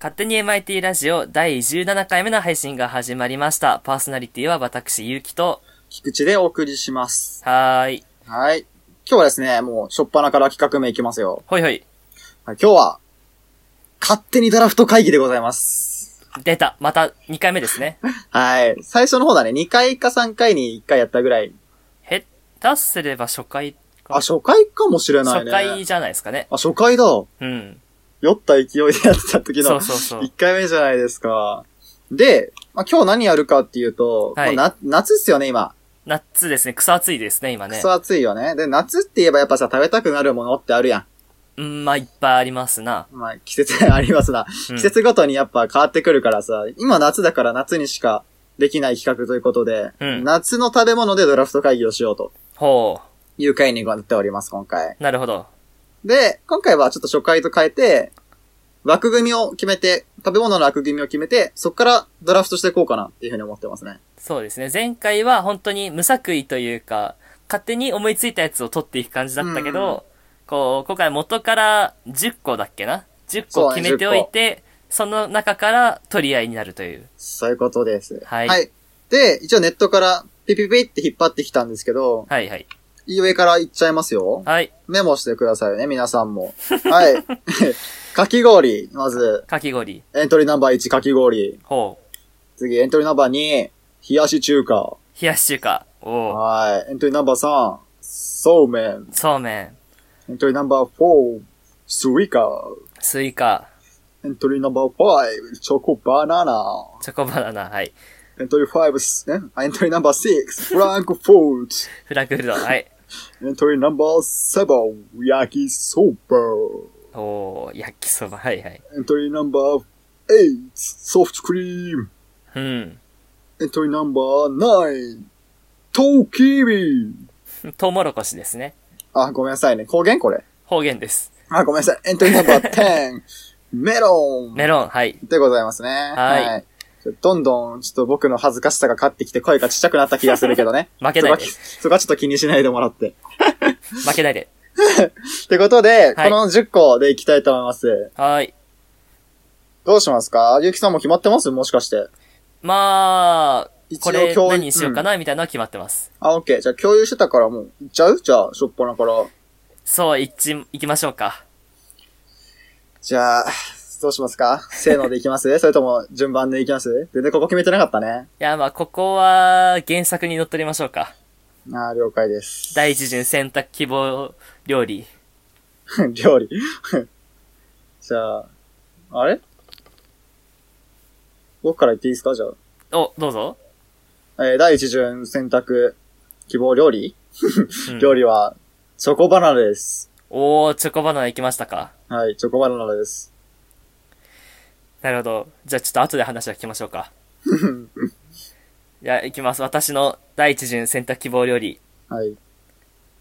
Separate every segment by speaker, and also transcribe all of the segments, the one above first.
Speaker 1: 勝手に MIT ラジオ第17回目の配信が始まりました。パーソナリティは私、ゆうきと、
Speaker 2: 菊池でお送りします。
Speaker 1: はーい。
Speaker 2: はい。今日はですね、もう、しょっぱなから企画名いきますよ。
Speaker 1: ほいほい。
Speaker 2: はい、今日は、勝手にドラフト会議でございます。
Speaker 1: 出た。また2回目ですね。
Speaker 2: はい。最初の方だね、2回か3回に1回やったぐらい。
Speaker 1: 下手すれば初回
Speaker 2: あ、初回かもしれない
Speaker 1: 初
Speaker 2: ね。
Speaker 1: 回。じゃないですかね。
Speaker 2: あ、初回だ。
Speaker 1: うん。
Speaker 2: 酔った勢いでやってた時
Speaker 1: そ
Speaker 2: の
Speaker 1: う、そうそう
Speaker 2: 1。回目じゃないですか。で、まあ、今日何やるかっていうと、
Speaker 1: はい
Speaker 2: まあな夏っすよね、今。
Speaker 1: 夏ですね。草暑いですね、今
Speaker 2: ク
Speaker 1: ね。
Speaker 2: ソ暑いよね。で、夏って言えばやっぱさ、食べたくなるものってあるや
Speaker 1: うん、まあ、いっぱいありますな。
Speaker 2: ん。まあ、季節ありますな。
Speaker 1: うん
Speaker 2: 季節ごとにやっぱ変わってくるからさ、今夏だから夏にしかできない企画ということで、
Speaker 1: うん
Speaker 2: 夏の食べ物でドラフト会議をしようと
Speaker 1: ほ
Speaker 2: いう会になっております、今回。
Speaker 1: う。なるほど。
Speaker 2: で、今回はちょっと初回と変えて、枠組みを決めて、食べ物の枠組みを決めて、そこからドラフトしていこうかなっていうふうに思ってますね。
Speaker 1: そうですね。前回は本当に無作為というか、勝手に思いついたやつを取っていく感じだったけど、こう、今回元から10個だっけな ?10 個
Speaker 2: そうね
Speaker 1: 決めておいて、その中から取り合いになるという。
Speaker 2: そういうことです。
Speaker 1: はい
Speaker 2: で、一応ネットからピピピって引っ張ってきたんですけど、
Speaker 1: はいはい。
Speaker 2: 上からいっちゃいますよ。
Speaker 1: はい。
Speaker 2: メモしてくださいね、皆さんも。はい。 かき氷、まず、
Speaker 1: かき氷。
Speaker 2: エントリーナンバー1、かき氷。
Speaker 1: ほう。
Speaker 2: 次、エントリーナンバー2、冷やし中華。
Speaker 1: 冷やし中華。おう。
Speaker 2: はい。エントリーナンバー3、そうめん。
Speaker 1: そうめん。
Speaker 2: エントリーナンバー4、スイカ。
Speaker 1: スイカ。
Speaker 2: エントリーナンバー5、チョコバナナ。
Speaker 1: チョコバナナ。はい。
Speaker 2: エントリー5、すね、あエントリーナンバー6、フランクフォー
Speaker 1: フランクフルト。はい。
Speaker 2: ト。エントリーナンバー7、焼きそば。
Speaker 1: おー、焼きそば。はいはい。
Speaker 2: エントリーナンバー8、ソフトクリーム。
Speaker 1: うん。
Speaker 2: エントリーナンバー9、トウキビ。
Speaker 1: トウモロコシですね。
Speaker 2: あ、ごめんなさいね。方言これ。
Speaker 1: 方言です。
Speaker 2: あ、ごめんなさい。エントリーナン バー10、メロン
Speaker 1: メロン。はい。
Speaker 2: でございますね。
Speaker 1: はい。
Speaker 2: ちょどんどん、ちょっと僕の恥ずかしさが勝ってきて声がちっちゃくなった気がするけどね
Speaker 1: 負けない
Speaker 2: そこはそこはちょっと気にしないでもらって。
Speaker 1: 負けないで。
Speaker 2: ってことで、
Speaker 1: はい
Speaker 2: この10個でいきたいと思います。
Speaker 1: はーい。
Speaker 2: どうしますかゆうきさんも決まってますもしかして。
Speaker 1: まあ、
Speaker 2: 一
Speaker 1: これ
Speaker 2: 共有
Speaker 1: 何にしようかな、みたいなのは決まってます。
Speaker 2: うんあ、オッケー。じゃあ共有してたからもう、いっちゃうじゃあ、しょっぱなから。
Speaker 1: そう、一致、行きましょうか。
Speaker 2: じゃあ、どうしますかせーのでいきますそれとも順番でいきます全然ここ決めてなかったね。
Speaker 1: いや、まあ、ここは、原作に乗っ取りましょうか。
Speaker 2: あー了解です。
Speaker 1: 第一順選択希望料理。
Speaker 2: 料理。じゃあ、あれ僕から言っていいですかじゃ
Speaker 1: お、どうぞ。
Speaker 2: あ。えー第一順選択、希望料理、
Speaker 1: うん
Speaker 2: 料理は、チョコバナナです。
Speaker 1: おー、チョコバナナ行きましたか。
Speaker 2: はい、チョコバナナです。
Speaker 1: なるほど。じゃあ、ちょっと後で話を聞きましょうか。いや、行きます。私の第一順選択希望料理。
Speaker 2: はい。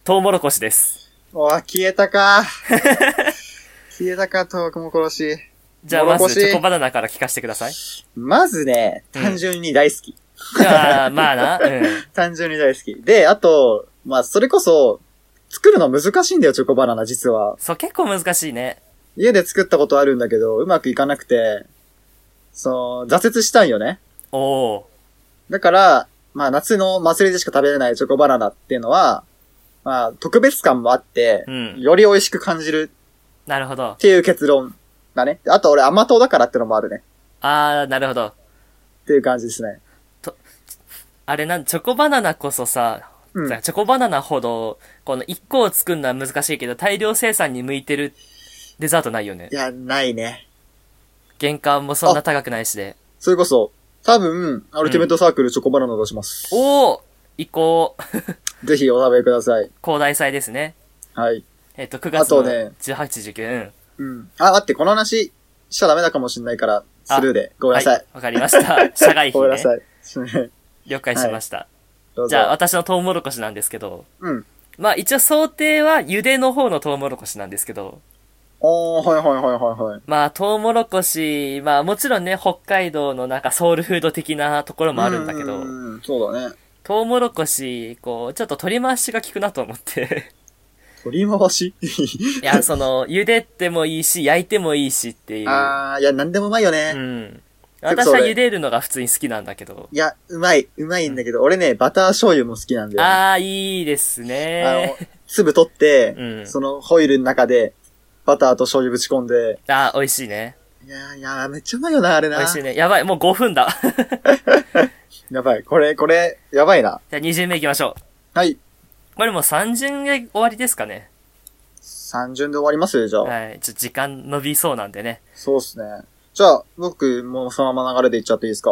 Speaker 1: トウモロコシです。
Speaker 2: おー、消えたか 消えたか、トークも殺し。
Speaker 1: じゃあ、
Speaker 2: トウモ
Speaker 1: ま
Speaker 2: ロコ
Speaker 1: ず、
Speaker 2: シ
Speaker 1: チョコバナナから聞かせてください。
Speaker 2: まずね、
Speaker 1: うん
Speaker 2: 単純に大好き。
Speaker 1: いやー、まあな。うん。
Speaker 2: 単純に大好き。で、あと、まあ、それこそ、作るの難しいんだよ、チョコバナナ、実は。
Speaker 1: そう、結構難しいね。
Speaker 2: 家で作ったことあるんだけど、うまくいかなくて、その、挫折したんよね。
Speaker 1: おー。
Speaker 2: だから、まあ、夏の祭りでしか食べれないチョコバナナっていうのは、まあ、特別感もあって、
Speaker 1: うん
Speaker 2: より美味しく感じる
Speaker 1: なるほど
Speaker 2: っ。ていう結論だね。あと、俺甘党だからってのもあるね。
Speaker 1: あー、なるほど。
Speaker 2: っていう感じですね。
Speaker 1: あれなん、チョコバナナこそさ、
Speaker 2: うん
Speaker 1: チョコバナナほど、この1個を作るのは難しいけど、大量生産に向いてるデザートないよね
Speaker 2: い。や、ないね。
Speaker 1: 原価もそんな高くないしで。
Speaker 2: それこそ、多分、アルティメットサークルチョコバナナ出します。
Speaker 1: おー移行、
Speaker 2: ぜひお食べください。
Speaker 1: 広大祭ですね。
Speaker 2: はい。
Speaker 1: えっと、9月の
Speaker 2: あとね
Speaker 1: 18、19。うん。
Speaker 2: うん。あ、待って、この話しちゃダメだかもしんないから、スルーで。ごめんなさい。
Speaker 1: はい、わかりま した。社外
Speaker 2: ご
Speaker 1: 費
Speaker 2: めんな
Speaker 1: ね。
Speaker 2: さい。すいません
Speaker 1: 了解しました。
Speaker 2: どうぞ。
Speaker 1: じゃあ、私のトウモロコシなんですけど、
Speaker 2: うん。
Speaker 1: まあ一応想定は茹での方のトウモロコシなんですけど、
Speaker 2: おー、はいはいはいはいはい。
Speaker 1: まあ、トウモロコシ、まあもちろんね、北海道のなんかソウルフード的なところもあるんだけど、
Speaker 2: うん、そうだね。
Speaker 1: トウモロコシ、こう、ちょっと取り回しが効くなと思って。
Speaker 2: 取り回し
Speaker 1: いや、その、茹でてもいいし、焼いてもいいしっていう。
Speaker 2: あー、いや、なんでもうまいよ
Speaker 1: う
Speaker 2: ね。
Speaker 1: ん。
Speaker 2: 結構
Speaker 1: 私は
Speaker 2: それ
Speaker 1: 茹でるのが普通に好きなんだけど。
Speaker 2: いや、うまい、うまいんだけど、俺ね、バター醤油も好きなんだよね。
Speaker 1: ああ、いいです
Speaker 2: あ
Speaker 1: ね
Speaker 2: の。、粒取って、
Speaker 1: うん
Speaker 2: そのホイルの中で、バターと醤油ぶち込んで、
Speaker 1: ああ、美味しいね。
Speaker 2: いやーいやーめっちゃうまいよな、あれ
Speaker 1: 美
Speaker 2: な。
Speaker 1: 味しいね。やばい、もう5分だ。 じ
Speaker 2: やばい、これ、これ、やばいな。
Speaker 1: ゃあ2巡目行きましょ
Speaker 2: はい。
Speaker 1: う。これもう3巡目終わりですかね。
Speaker 2: 3巡で終わりますじゃあ。
Speaker 1: はい。ちょっと時間伸びそうなんでね。
Speaker 2: そうっすね。じゃあ、僕、もうそのまま流れでいっちゃっていいですか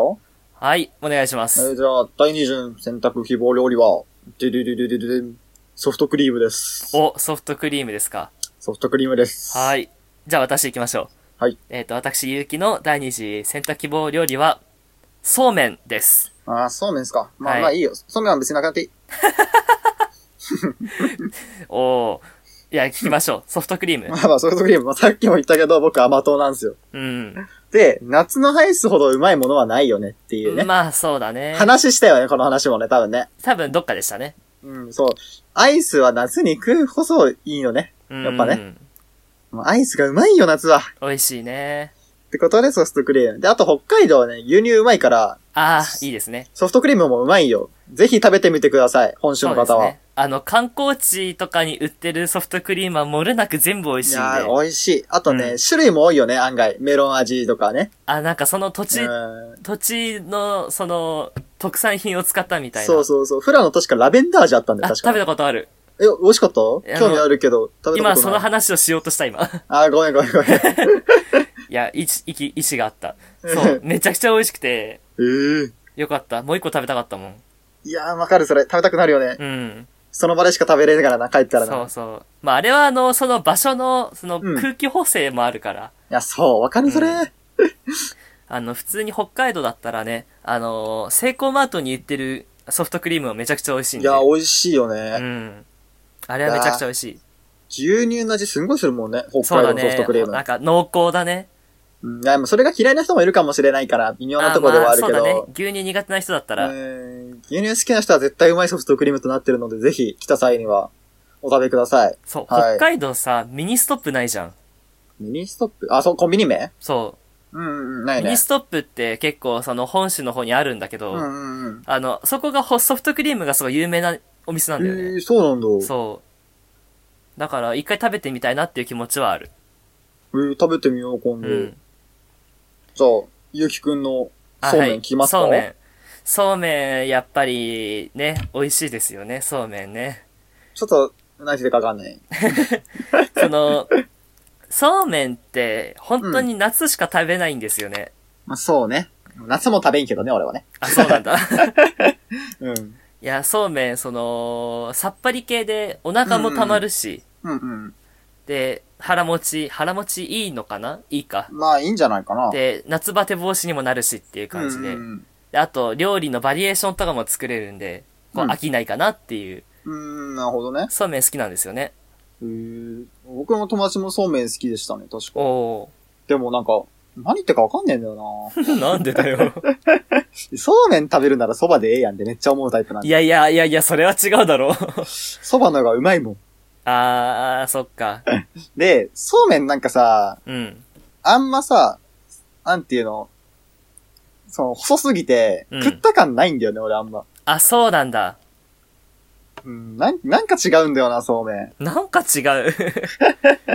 Speaker 1: はい、お願いしま
Speaker 2: え
Speaker 1: す。
Speaker 2: ーじゃあ、第2巡、選択希望料理は、デュデュデュデュデュデュソフトクリームです。
Speaker 1: お、ソフトクリームですか。
Speaker 2: ソフトクリームです。。
Speaker 1: はいい。じゃあ私行きましょう。
Speaker 2: はい。
Speaker 1: えっ、と、私、ゆうきの第二次選択希望料理は、そうめんです。
Speaker 2: ああ、そうめんですか。まあ、
Speaker 1: はい
Speaker 2: まあいいよ。そうめんは別になくなっていい。
Speaker 1: おー。いや、聞きましょう。ソフトクリーム。
Speaker 2: まあまあ、ソフトクリーム、まあさっきも言ったけど、僕甘党なんですよ。
Speaker 1: うん。
Speaker 2: で、夏のアイスほどうまいものはないよねっていうね。
Speaker 1: まあ、そうだね。
Speaker 2: 話したよね、この話もね、多分ね。
Speaker 1: 多分、どっかでしたね。
Speaker 2: うん、そう。アイスは夏に食うこそいいよね。
Speaker 1: うん
Speaker 2: やっぱね。もうアイスがうまいよ、夏は。
Speaker 1: 美味しいね。
Speaker 2: ってことで、ソフトクリーム。で、あと北海道はね、牛乳うまいから、
Speaker 1: ああ、いいですね。
Speaker 2: ソフトクリームもうまいよ。ぜひ食べてみてください、本州の方
Speaker 1: そう
Speaker 2: は。
Speaker 1: ですね。あの、観光地とかに売ってるソフトクリームは漏れなく全部美味
Speaker 2: い
Speaker 1: しいん
Speaker 2: や
Speaker 1: で。
Speaker 2: ー、美味しい。あとね、
Speaker 1: うん
Speaker 2: 種類も多いよね、案外。メロン味とかね。
Speaker 1: あ、なんかその土地、
Speaker 2: うん。
Speaker 1: 土地の、その、特産品を使ったみたいな。
Speaker 2: そうそうそう。フラの確かラベンダー味あったんだ
Speaker 1: あ、
Speaker 2: よ、確
Speaker 1: 食
Speaker 2: か
Speaker 1: べ。たことある。
Speaker 2: え、美味しかった
Speaker 1: や
Speaker 2: 興味あるけど、食べ
Speaker 1: 今、
Speaker 2: たこと
Speaker 1: そ
Speaker 2: な
Speaker 1: の
Speaker 2: い。
Speaker 1: 話をしようとした、今。
Speaker 2: あー、ごめんごめ んごめん。え
Speaker 1: いや、意志、意気、意志があった。そう。めちゃくちゃ美味しくて、
Speaker 2: えー。
Speaker 1: よかった。もう一個食べたかったもん。
Speaker 2: いやー、わかる、それ。食べたくなるよね。
Speaker 1: うん。
Speaker 2: その場でしか食べれないからな、帰ったらな。
Speaker 1: そ
Speaker 2: いう
Speaker 1: そう。まあ、あれは、あの、その場所の、その
Speaker 2: うん
Speaker 1: 空気補正もあるから、
Speaker 2: や、そう、わかる、それ。
Speaker 1: うんあの、普通に北海道だったらね、あの、セイコーマートに売ってるソフトクリームはめちゃくちゃ美味しいん
Speaker 2: い
Speaker 1: で。
Speaker 2: や、美味しいよね。
Speaker 1: うん。あれはめちゃくちゃ美味しい。
Speaker 2: 牛乳の味すんごいするもんね、北
Speaker 1: そう
Speaker 2: 海
Speaker 1: だ
Speaker 2: 道のソ
Speaker 1: ね。
Speaker 2: フトクリーム。
Speaker 1: なんか濃厚だね。
Speaker 2: うんいや、でもそれが嫌いな人もいるかもしれないから、微妙なところではあるけ
Speaker 1: あまあ、そう
Speaker 2: ど
Speaker 1: だね。。牛乳苦手な人だった
Speaker 2: う
Speaker 1: ら、
Speaker 2: ん牛乳好きな人は絶対うまいソフトクリームとなってるので、ぜひ来た際にはお食べください。
Speaker 1: そう、
Speaker 2: はい
Speaker 1: 北海道さ、ミニストップないじゃん。
Speaker 2: ミニストップあ、そう、コンビニ名
Speaker 1: そう。
Speaker 2: うんうん、ない
Speaker 1: ミニ
Speaker 2: ね。
Speaker 1: ストップって結構その本州の方にあるんだけど、
Speaker 2: うんうんうん。
Speaker 1: あの、そこがホソフトクリームがすごい有名なお店なんだよね。
Speaker 2: えー、そうなんだ。
Speaker 1: そう。だから一回食べてみたいなっていう気持ちはある。
Speaker 2: えー、食べてみよう、今
Speaker 1: う
Speaker 2: 度。
Speaker 1: ん。
Speaker 2: じゃあ、ゆうきくんの
Speaker 1: あ
Speaker 2: そう
Speaker 1: は
Speaker 2: め
Speaker 1: い
Speaker 2: ん来ますか、
Speaker 1: そうめん。そうめん、やっぱりね、美味しいですよね、そうめんね。
Speaker 2: ちょっと、何してるかわかんない。
Speaker 1: そ の、そうめんって本当に夏しか食べないんですよね。
Speaker 2: まあ、そうね。夏も食べんけどね、俺はね。
Speaker 1: あ、そうなんだ。
Speaker 2: うん。
Speaker 1: いや、そうめん、その、さっぱり系でお腹もたまるし、
Speaker 2: うんうん。
Speaker 1: で、腹持ち、腹持ちいいのかないいか。
Speaker 2: まあ、いいんじゃないかな。
Speaker 1: で、夏バテ防止にもなるしっていう感じで。
Speaker 2: うんうん
Speaker 1: であと、料理のバリエーションとかも作れるんで、こう
Speaker 2: うん
Speaker 1: 飽きないかなっていう、
Speaker 2: うん、なるほどね。
Speaker 1: そうめん好きなんですよね。
Speaker 2: へー僕の友達もそうめん好きでしたね、確か。
Speaker 1: お
Speaker 2: でもなんか、何言ってるかわかんねえんだよな
Speaker 1: ー。 なんでだよ。
Speaker 2: そうめん食べるならそばでええやんってめっちゃ思うタイプなん
Speaker 1: い
Speaker 2: で。
Speaker 1: やいやいやいや、それは違うだろう。
Speaker 2: そばの方がうまいもん。
Speaker 1: あー、そっか。
Speaker 2: で、そうめんなんかさ、
Speaker 1: うん。
Speaker 2: あんまさ、なんていうの、その、細すぎて、
Speaker 1: うん
Speaker 2: 食った感ないんだよね、俺あんま。
Speaker 1: あ、そうなんだ。
Speaker 2: うん、なん、なんか違うんだよな、そうめん。っ
Speaker 1: なんか違う。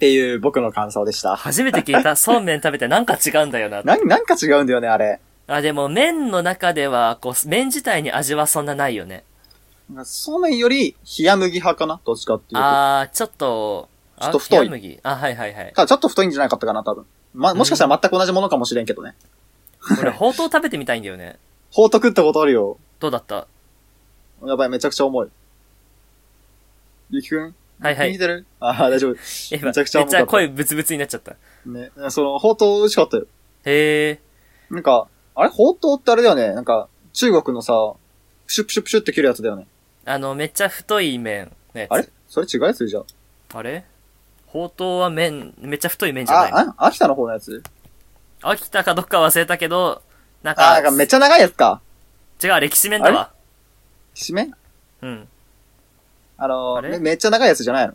Speaker 2: ていう僕の感想でした。
Speaker 1: 初めて聞いた。そうめん食べてなんか違うんだよな。
Speaker 2: なん、なんか違うんだよね、あれ。
Speaker 1: あ、でも麺の中では、こう、麺自体に味はそんなないよね。
Speaker 2: そうめんより、冷麦派かなどっちかっていうと。
Speaker 1: あー、ちょっと、あ
Speaker 2: ちょっと太い
Speaker 1: 冷麦あ、はいはいはい。
Speaker 2: ただちょっと太いんじゃないかったかな、多分。ま、もしかしたら全く同じものかもしれんけどね。
Speaker 1: 俺、 ほうとう食べてみたいんだよね。
Speaker 2: ほうと食ったことあるよ。
Speaker 1: どうだった
Speaker 2: やばい、めちゃくちゃ重い。ゆきくん
Speaker 1: はいは
Speaker 2: 聞い
Speaker 1: い。
Speaker 2: てるああ、大丈夫。
Speaker 1: め
Speaker 2: めちゃくちゃ
Speaker 1: めっち
Speaker 2: 重かった
Speaker 1: ゃ声ブツブツになっちゃった。
Speaker 2: ね。その、ほうとう美味しかったよ。
Speaker 1: へえ。
Speaker 2: なんか、あれほうとうってあれだよね。なんか、中国のさ、プシュプシュプシュって切るやつだよね。
Speaker 1: あの、めっちゃ太い麺のやつ。
Speaker 2: あれそれ違うやつじゃん。
Speaker 1: あれほうとうは麺、めっちゃ太い麺じゃない
Speaker 2: あ、あ、秋田の方のやつ
Speaker 1: 秋田かどっか忘れたけど、なん
Speaker 2: あ
Speaker 1: か、
Speaker 2: ー、なんかめっちゃ長いやつか。
Speaker 1: 違う、歴史麺だわ。
Speaker 2: 締め
Speaker 1: うん。
Speaker 2: あの
Speaker 1: あれ
Speaker 2: め、めっちゃ長いやつじゃないの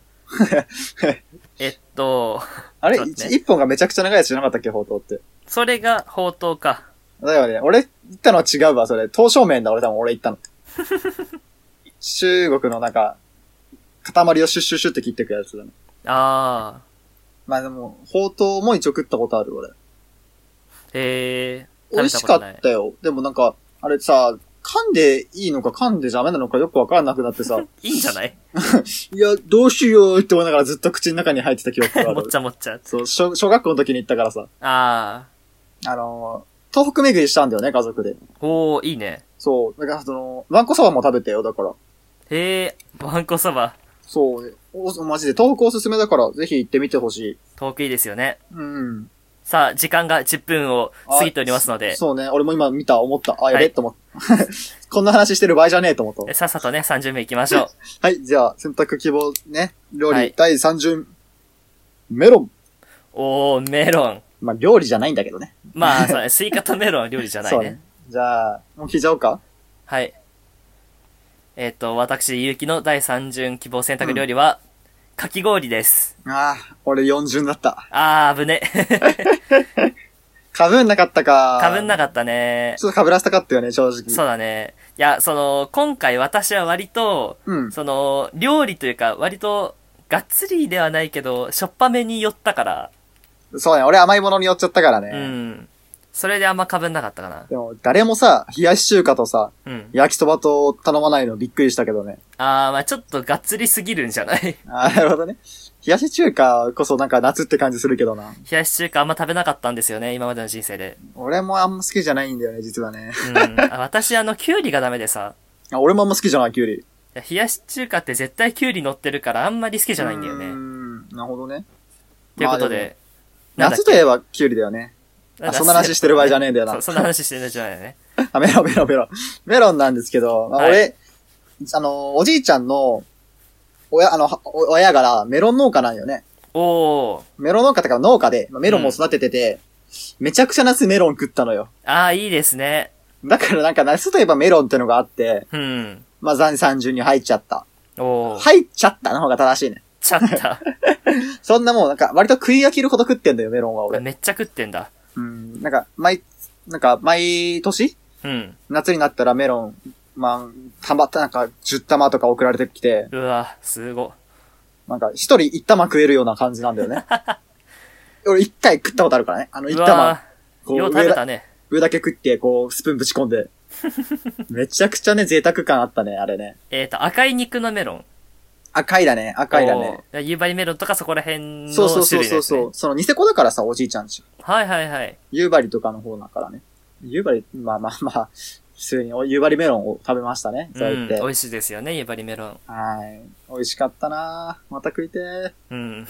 Speaker 1: えっと、
Speaker 2: あれ
Speaker 1: ちょっと
Speaker 2: 一
Speaker 1: 待ってね
Speaker 2: 一本がめちゃくちゃ長いやつじゃなかったっけ、ほうとうって。
Speaker 1: それが宝刀か。
Speaker 2: だよね。俺行ったのは違うわ、それ。刀正面だ、俺多分俺行ったの。中国のなんか、塊をシュッシュッシュッって切ってくやつだね。
Speaker 1: ああ。
Speaker 2: まあでも、ほうとうも一応食ったことある、俺。
Speaker 1: へえ。
Speaker 2: 美味しかったよ。でもなんか、あれさ、噛んでいいのか噛んでダメなのかよくわからなくなって さ、
Speaker 1: いいんじゃない
Speaker 2: いや、どうしようって思いながらずっと口の中に入ってた記憶があ
Speaker 1: もっ
Speaker 2: る
Speaker 1: ち。ゃもっちゃ。
Speaker 2: そう、小小学校の時に行ったからさ、
Speaker 1: あ
Speaker 2: あのー東北巡りしたんだよね、家族で。
Speaker 1: あ。おー、いいね。
Speaker 2: そう、だからその、わんこそばも食べてよ、だから。
Speaker 1: へえ、わんこそば、
Speaker 2: そう、おマジで東北おすすめだから、ぜひ行ってみてほしい。
Speaker 1: 遠くいいですよね。
Speaker 2: うん。
Speaker 1: さあ、時間が10分を過ぎておりますので、
Speaker 2: そうね、俺も今見た、思った。あ、やべ、
Speaker 1: はい
Speaker 2: と思った。 こんな話してる場合じゃねえと思った。
Speaker 1: さっさとね、30名行きましょう。
Speaker 2: はい、じゃあ、選択希望ね、料理、
Speaker 1: はい
Speaker 2: 第30、メロン。
Speaker 1: おー、メロン。
Speaker 2: まあ、料理じゃないんだけどね。
Speaker 1: まあ、そうね、スイカとメロンは料理じゃない
Speaker 2: そう
Speaker 1: ね。。
Speaker 2: じゃあ、もう聞いちゃおうか。
Speaker 1: はい。えっ、と、私、ゆうきの第3巡希望選択料理は、かき氷です。
Speaker 2: ああ、俺40だった。
Speaker 1: あー、危ね。
Speaker 2: かぶんなかったか。
Speaker 1: かぶんな
Speaker 2: かっ
Speaker 1: かったね
Speaker 2: た。。ちょっとかぶらせたかったよね、正直。
Speaker 1: そうだね。いや、その、今回私は割と、
Speaker 2: うん。
Speaker 1: その、料理というか、割と、がっつりではないけど、しょっぱめに寄ったから、
Speaker 2: そうね、俺甘いものに寄っちゃったからね。
Speaker 1: うん。それであんま被んなかったかな。
Speaker 2: でも、誰もさ、冷やし中華とさ、
Speaker 1: うん。
Speaker 2: 焼きそばと頼まないのびっくりしたけどね。
Speaker 1: あー、まあちょっとがっつりすぎるんじゃない 冷
Speaker 2: あーなるほどね。冷やし中華こそなんか夏って感じするけどな。
Speaker 1: やし中華あんま食べなかったんですよね、今までの人生で。
Speaker 2: 俺もあんま好きじゃないんだよね、実はね。
Speaker 1: うん。あ私、あの、きゅうりがダメでさ、
Speaker 2: あ俺もあんま好きじゃない、きゅうり。
Speaker 1: いや冷やし中華って絶対きゅうり乗ってるからあんまり好きじゃないんだよ
Speaker 2: うー
Speaker 1: ね。
Speaker 2: ん、なるほどね。
Speaker 1: ということ
Speaker 2: まあも
Speaker 1: で、なんだっ
Speaker 2: 夏といえばきゅうりだよね。
Speaker 1: け
Speaker 2: あそんな話してる場合じゃねえんだよな
Speaker 1: そうそんな話してるんじゃないよね。
Speaker 2: あ、メロンメロンメロン。メロンなんですけど、まあ、
Speaker 1: はい
Speaker 2: 俺、あの、おじいちゃんの、親、あの、はお親がメロン農家なんよね。
Speaker 1: おー。
Speaker 2: メロン農家ってか農家で、まあメロンも育ててて、めちゃくちゃ夏メロン食ったのよ。
Speaker 1: あー、いいですね。
Speaker 2: だからなんか夏といえばメロンってのがあって、
Speaker 1: うん。
Speaker 2: まあ、残30に入っちゃった。
Speaker 1: おー。
Speaker 2: 入っちゃったの方が正しいね。
Speaker 1: ちゃった。
Speaker 2: そんなもうなんか割と食い飽きるほど食ってんだよ、メロンは 俺。
Speaker 1: めっちゃ食ってんだ。
Speaker 2: うん。なんか、毎、なんか、毎年
Speaker 1: うん。
Speaker 2: 夏になったらメロン、まあ、たまった、なんか、10玉とか送られてきて、
Speaker 1: うわ、すご。
Speaker 2: なんか、一人一玉食えるような感じなんだ よね。俺一回食ったことあるからね。あの、一
Speaker 1: う
Speaker 2: 玉
Speaker 1: わ、
Speaker 2: こ
Speaker 1: よ
Speaker 2: う
Speaker 1: う食
Speaker 2: 上
Speaker 1: べ
Speaker 2: だ
Speaker 1: た、ね。
Speaker 2: 上だけ食って、こう、スプーンぶち込 んで。めちゃくちゃね、贅沢感あったね、あれね。
Speaker 1: えっ、と、赤い肉のメロン。
Speaker 2: 赤いだね、赤いだね。
Speaker 1: おー。夕張メロンとかそこら辺の種類です、
Speaker 2: そ
Speaker 1: ね。
Speaker 2: うそうそうそうそう。その、ニセコだからさ、おじいちゃんち。
Speaker 1: はいはいはい。
Speaker 2: 夕張とかの方だからね。夕張、まあまあまあ、普通にお夕張メロンを食べましたね。
Speaker 1: う
Speaker 2: そう言
Speaker 1: ん。
Speaker 2: って。
Speaker 1: 美味しいですよね、夕張メロン。
Speaker 2: はい。美味しかったなまた食いてー
Speaker 1: うん。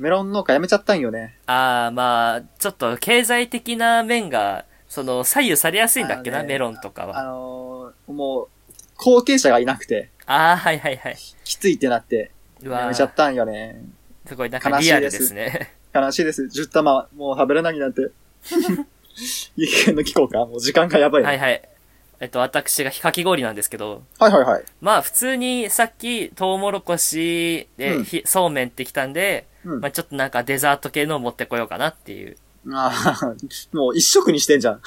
Speaker 2: メロン農家やめちゃったんよね。
Speaker 1: ああ、まあ、ちょっと経済的な面が、その、左右されやすいんだっけ
Speaker 2: あ
Speaker 1: な、
Speaker 2: のね
Speaker 1: メロンとか
Speaker 2: あ
Speaker 1: は。
Speaker 2: のーもう、後継者がいなくて、
Speaker 1: ああー、はいはいはい。
Speaker 2: きついってなって、
Speaker 1: う
Speaker 2: や
Speaker 1: わ
Speaker 2: め
Speaker 1: ー
Speaker 2: ちゃったんよね。
Speaker 1: すごい、なんかリアルですね。
Speaker 2: 悲しいです。10玉、もう食べれなくなって。 いい加減の聞こうか。もう時間がやばいね、
Speaker 1: はいはい。えっと、私がかき氷なんですけど、
Speaker 2: はいはいはい。
Speaker 1: まあ普通にさっきトウモロコシで、
Speaker 2: うん
Speaker 1: ひそうめんってきたんで、
Speaker 2: うん
Speaker 1: まあちょっとなんかデザート系のを持ってこようかなっていう。
Speaker 2: ああ、もう一食にしてん じゃん。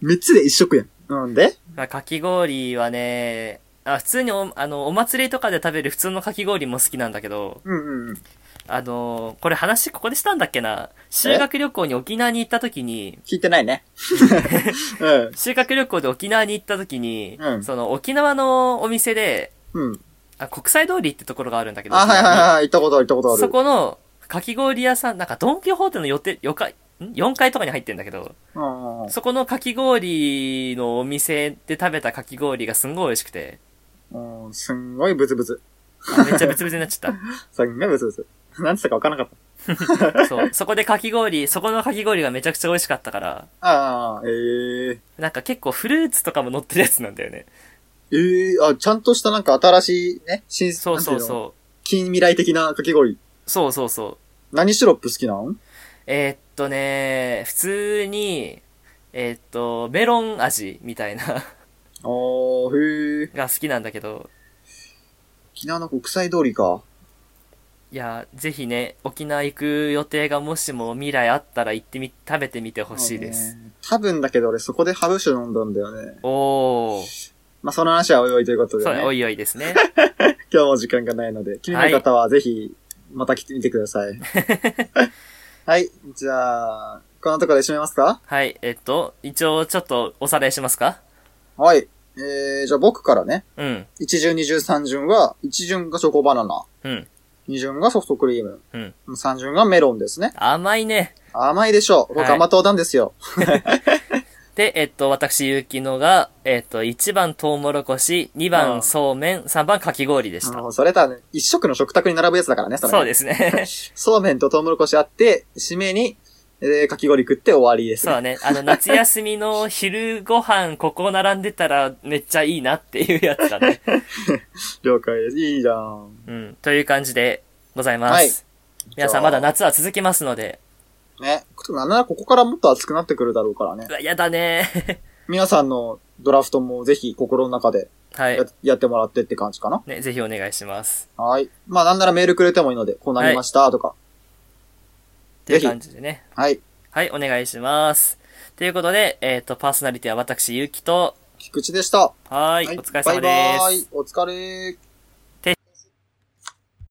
Speaker 2: 三つで一食やん。うんで
Speaker 1: まあかき氷はね、あ普通におあのお祭りとかで食べる普通のかき氷も好きなんだけど、
Speaker 2: うんうんうん。
Speaker 1: あのこれ話ここでしたんだっけな修学旅行に沖縄に行った時に、
Speaker 2: 聞いてないね。うん。
Speaker 1: 修学旅行で沖縄に行った時に、
Speaker 2: うん
Speaker 1: その沖縄のお店で、
Speaker 2: うん。
Speaker 1: あ国際通りってところがあるんだけど、
Speaker 2: あ、はい
Speaker 1: 沖縄
Speaker 2: は
Speaker 1: に
Speaker 2: いはい。行ったことある、行ったことある。
Speaker 1: そこの、かき氷屋さん、なんかドンキホーテの予定、よか、ん ?4 階とかに入ってんだけど、
Speaker 2: うんうんうん。
Speaker 1: そこのかき氷のお店で食べたかき氷がすんごい美味しくて、
Speaker 2: うん、すんごいブツブツ。
Speaker 1: あめっちゃブツブツになっちゃっ。
Speaker 2: すんごいブツブツ。なんつったかわからなかった
Speaker 1: そう、そこでかき氷、そこのかき氷がめちゃくちゃ美味しかったから、
Speaker 2: た。ああ、ええ
Speaker 1: なんか結構フルーツとかも乗ってるやつなんだよね。
Speaker 2: ええあ、ちゃんとしたなんか新しいね、新、
Speaker 1: そうそう
Speaker 2: なんていの
Speaker 1: そ
Speaker 2: 近未来的なかき氷。
Speaker 1: う。そうそうそう。
Speaker 2: 何シロップ好きなん
Speaker 1: えーっとね、普通に、えーっと、メロン味みたいな、
Speaker 2: あー、へえ。
Speaker 1: が好きなんだけど、
Speaker 2: 沖縄の国際通りか。
Speaker 1: いや、ぜひね、沖縄行く予定がもしも未来あったら行ってみ、食べてみてほしいです。
Speaker 2: まあね。多分だけど俺そこでハブ酒飲んだんだよね。
Speaker 1: おー。
Speaker 2: まあその話はおいおいということで、
Speaker 1: そう
Speaker 2: ね
Speaker 1: ね、おいおい ですね。
Speaker 2: 今日も時間がないので、気になる方はぜひ、また来てみてく ださい。はい。じゃあ、こんなところで締めますか
Speaker 1: はい、えっと、一応ちょっとおさらいしますか
Speaker 2: はい。えー、じゃあ僕からね。
Speaker 1: うん、
Speaker 2: 一巡、二巡、三巡は、一巡がチョコバナナ。
Speaker 1: うん、
Speaker 2: 二巡がソフトクリーム。
Speaker 1: うん。
Speaker 2: 三巡がメロンですね。
Speaker 1: 甘いね。
Speaker 2: 甘いでしょう。僕
Speaker 1: はい
Speaker 2: 甘党なんですよ。
Speaker 1: で、えっと、私、ゆうきのが、えっと、1番トウモロコシ、2
Speaker 2: うん
Speaker 1: 番そうめん、3番かき氷でし
Speaker 2: あ
Speaker 1: た。
Speaker 2: のそれとはね、一食の食卓に並ぶやつだからね、それね
Speaker 1: そうですね。
Speaker 2: そうめんとトウモロコシあって、締めに、えー、かき氷食って終わりです、
Speaker 1: そう
Speaker 2: ね。
Speaker 1: だね。あの、夏休みの昼ご飯、ここ並んでたらめっちゃいいなっていうやつだ ね。
Speaker 2: 了解です。いいじゃん。
Speaker 1: うん。という感じでございます。
Speaker 2: はい
Speaker 1: 皆さんまだ夏は続きますので。
Speaker 2: ね。なんならここからもっと暑くなってくるだろうからね
Speaker 1: う。わ、やだね。
Speaker 2: 皆さんのドラフトもぜひ心の中で
Speaker 1: はい
Speaker 2: や,、。ってもらってって感じかな。
Speaker 1: ね、ぜひお願いします。
Speaker 2: はい。まあなんならメールくれてもいいので、こうなりましたとか。
Speaker 1: とい
Speaker 2: ぜ
Speaker 1: う
Speaker 2: ひ
Speaker 1: 感じでね。
Speaker 2: はい。
Speaker 1: はい、お願いします。ということで、えっ、と、パーソナリティは私、ゆうきと、
Speaker 2: 菊池でした。は
Speaker 1: はーい,、お疲れ様です。
Speaker 2: バイバイ。お疲れ。